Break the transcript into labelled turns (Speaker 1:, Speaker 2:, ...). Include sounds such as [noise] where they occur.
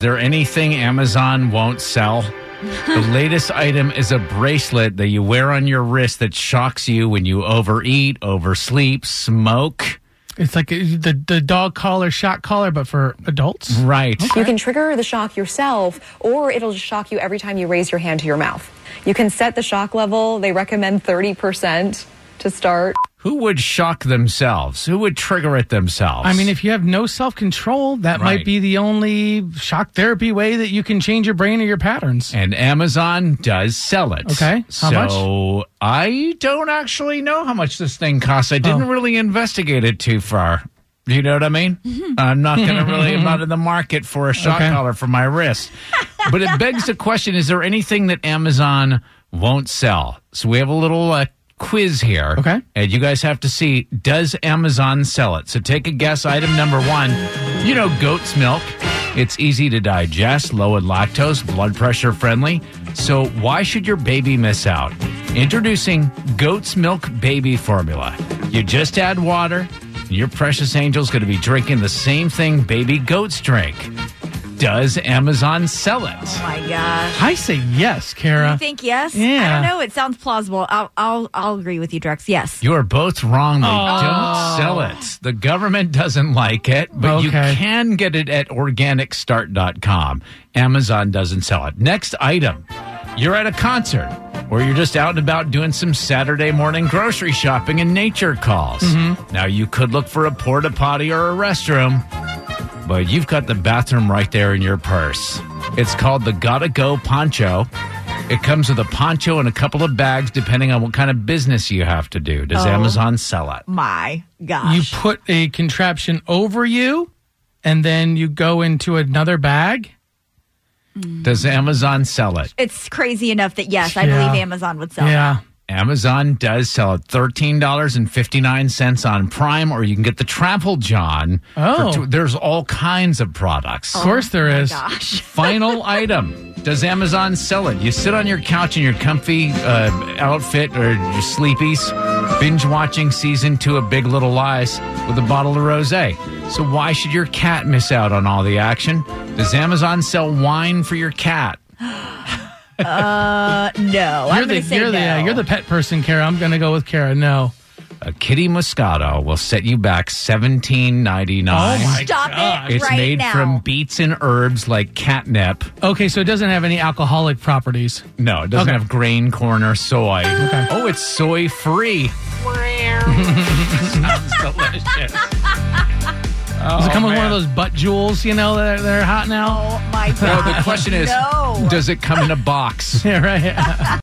Speaker 1: there anything Amazon won't sell? the latest item is a bracelet that you wear on your wrist that shocks you when you overeat, oversleep, smoke.
Speaker 2: It's like a- the the dog collar, shot collar, but for adults.
Speaker 1: Right.
Speaker 3: You can trigger the shock yourself, or it'll just shock you every time you raise your hand to your mouth. You can set the shock level. They recommend 30% to start.
Speaker 1: Who would shock themselves? Who would trigger it themselves?
Speaker 2: I mean, if you have no self control, that
Speaker 1: Right.
Speaker 2: might be the only shock therapy way that you can change your brain or your patterns.
Speaker 1: And Amazon does sell it.
Speaker 2: Okay. How much?
Speaker 1: so I don't actually know how much this thing costs. I
Speaker 2: Oh.
Speaker 1: didn't really investigate it too far. You know what I mean? I'm not going to
Speaker 2: [laughs]
Speaker 1: really, I'm not in the market for a shock
Speaker 2: Mm-hmm. Okay.
Speaker 1: collar for my wrist. but it begs the question is there anything that Amazon won't sell? So we have a little uh, quiz here.
Speaker 2: Okay.
Speaker 1: And you guys have to see does Amazon sell it? So take a guess. Item number one you know, goat's milk. It's easy to digest, low in lactose, blood pressure friendly. So why should your baby miss out? Introducing goat's milk baby formula. You just add water. and Your precious angel's going to be drinking the same thing baby goats drink. Does Amazon sell it?
Speaker 4: My gosh.
Speaker 2: I say yes,
Speaker 4: You
Speaker 2: Kara.
Speaker 4: think yes? I
Speaker 2: Yeah.
Speaker 4: don't know. It sounds plausible. I'll I'll, I'll agree with you, Drex. Yes.
Speaker 1: You are both wrong. They don't sell it. The government doesn't like it, but you
Speaker 2: Okay.
Speaker 1: can get it at organicstart.com. Amazon doesn't sell it. Next item you're at a concert or you're just out and about doing some Saturday morning grocery shopping and nature calls. Now, you could look for a porta potty or a restroom, but you've got the bathroom right there in your purse. It's called the Gotta Go Poncho. It comes with a poncho and a couple of bags, depending on what kind of business you have to do. Does Amazon sell it?
Speaker 4: My
Speaker 2: You
Speaker 4: gosh.
Speaker 2: put a contraption over you, and then you go into another bag.
Speaker 1: Does Amazon sell it?
Speaker 4: it's crazy enough that yes, I
Speaker 2: Yeah.
Speaker 4: believe Amazon would sell. it.
Speaker 2: Yeah.
Speaker 1: Amazon does sell it. Thirteen dollars and fifty nine cents on Prime, or you can get the Travel John. for
Speaker 2: Oh.
Speaker 1: two- there's all kinds of products.
Speaker 2: Of course there is.
Speaker 4: Oh
Speaker 2: [laughs]
Speaker 4: Gosh.
Speaker 1: Final item. Does Amazon sell it? You sit on your couch in your comfy uh, outfit or your sleepies, binge watching season two of Big Little Lies with a bottle of rose. So, why should your cat miss out on all the action? Does Amazon sell wine for your cat?
Speaker 4: Uh, no. I'm
Speaker 2: You're the
Speaker 4: gonna say
Speaker 2: you're the
Speaker 4: no.
Speaker 2: yeah, you're the pet person, Kara. I'm gonna go with Kara. No.
Speaker 1: A kitty Moscato will set you back seventeen ninety nine.
Speaker 2: Oh my
Speaker 4: Stop
Speaker 2: Gosh.
Speaker 4: it
Speaker 1: It's
Speaker 4: right
Speaker 1: made
Speaker 4: now.
Speaker 1: from beets and herbs like catnip.
Speaker 2: Okay, so it doesn't have any alcoholic properties.
Speaker 1: No, it doesn't
Speaker 2: Okay.
Speaker 1: have grain, corn, or soy. Oh, it's soy free. Sounds delicious.
Speaker 2: Does it come with
Speaker 1: man.
Speaker 2: one of those butt jewels? You know, that are, that are hot now. [laughs]
Speaker 4: Oh
Speaker 1: [laughs]
Speaker 4: my
Speaker 1: No,
Speaker 4: [laughs] god.
Speaker 1: the question is
Speaker 4: No.
Speaker 1: Does it come in a box?
Speaker 2: Yeah, right.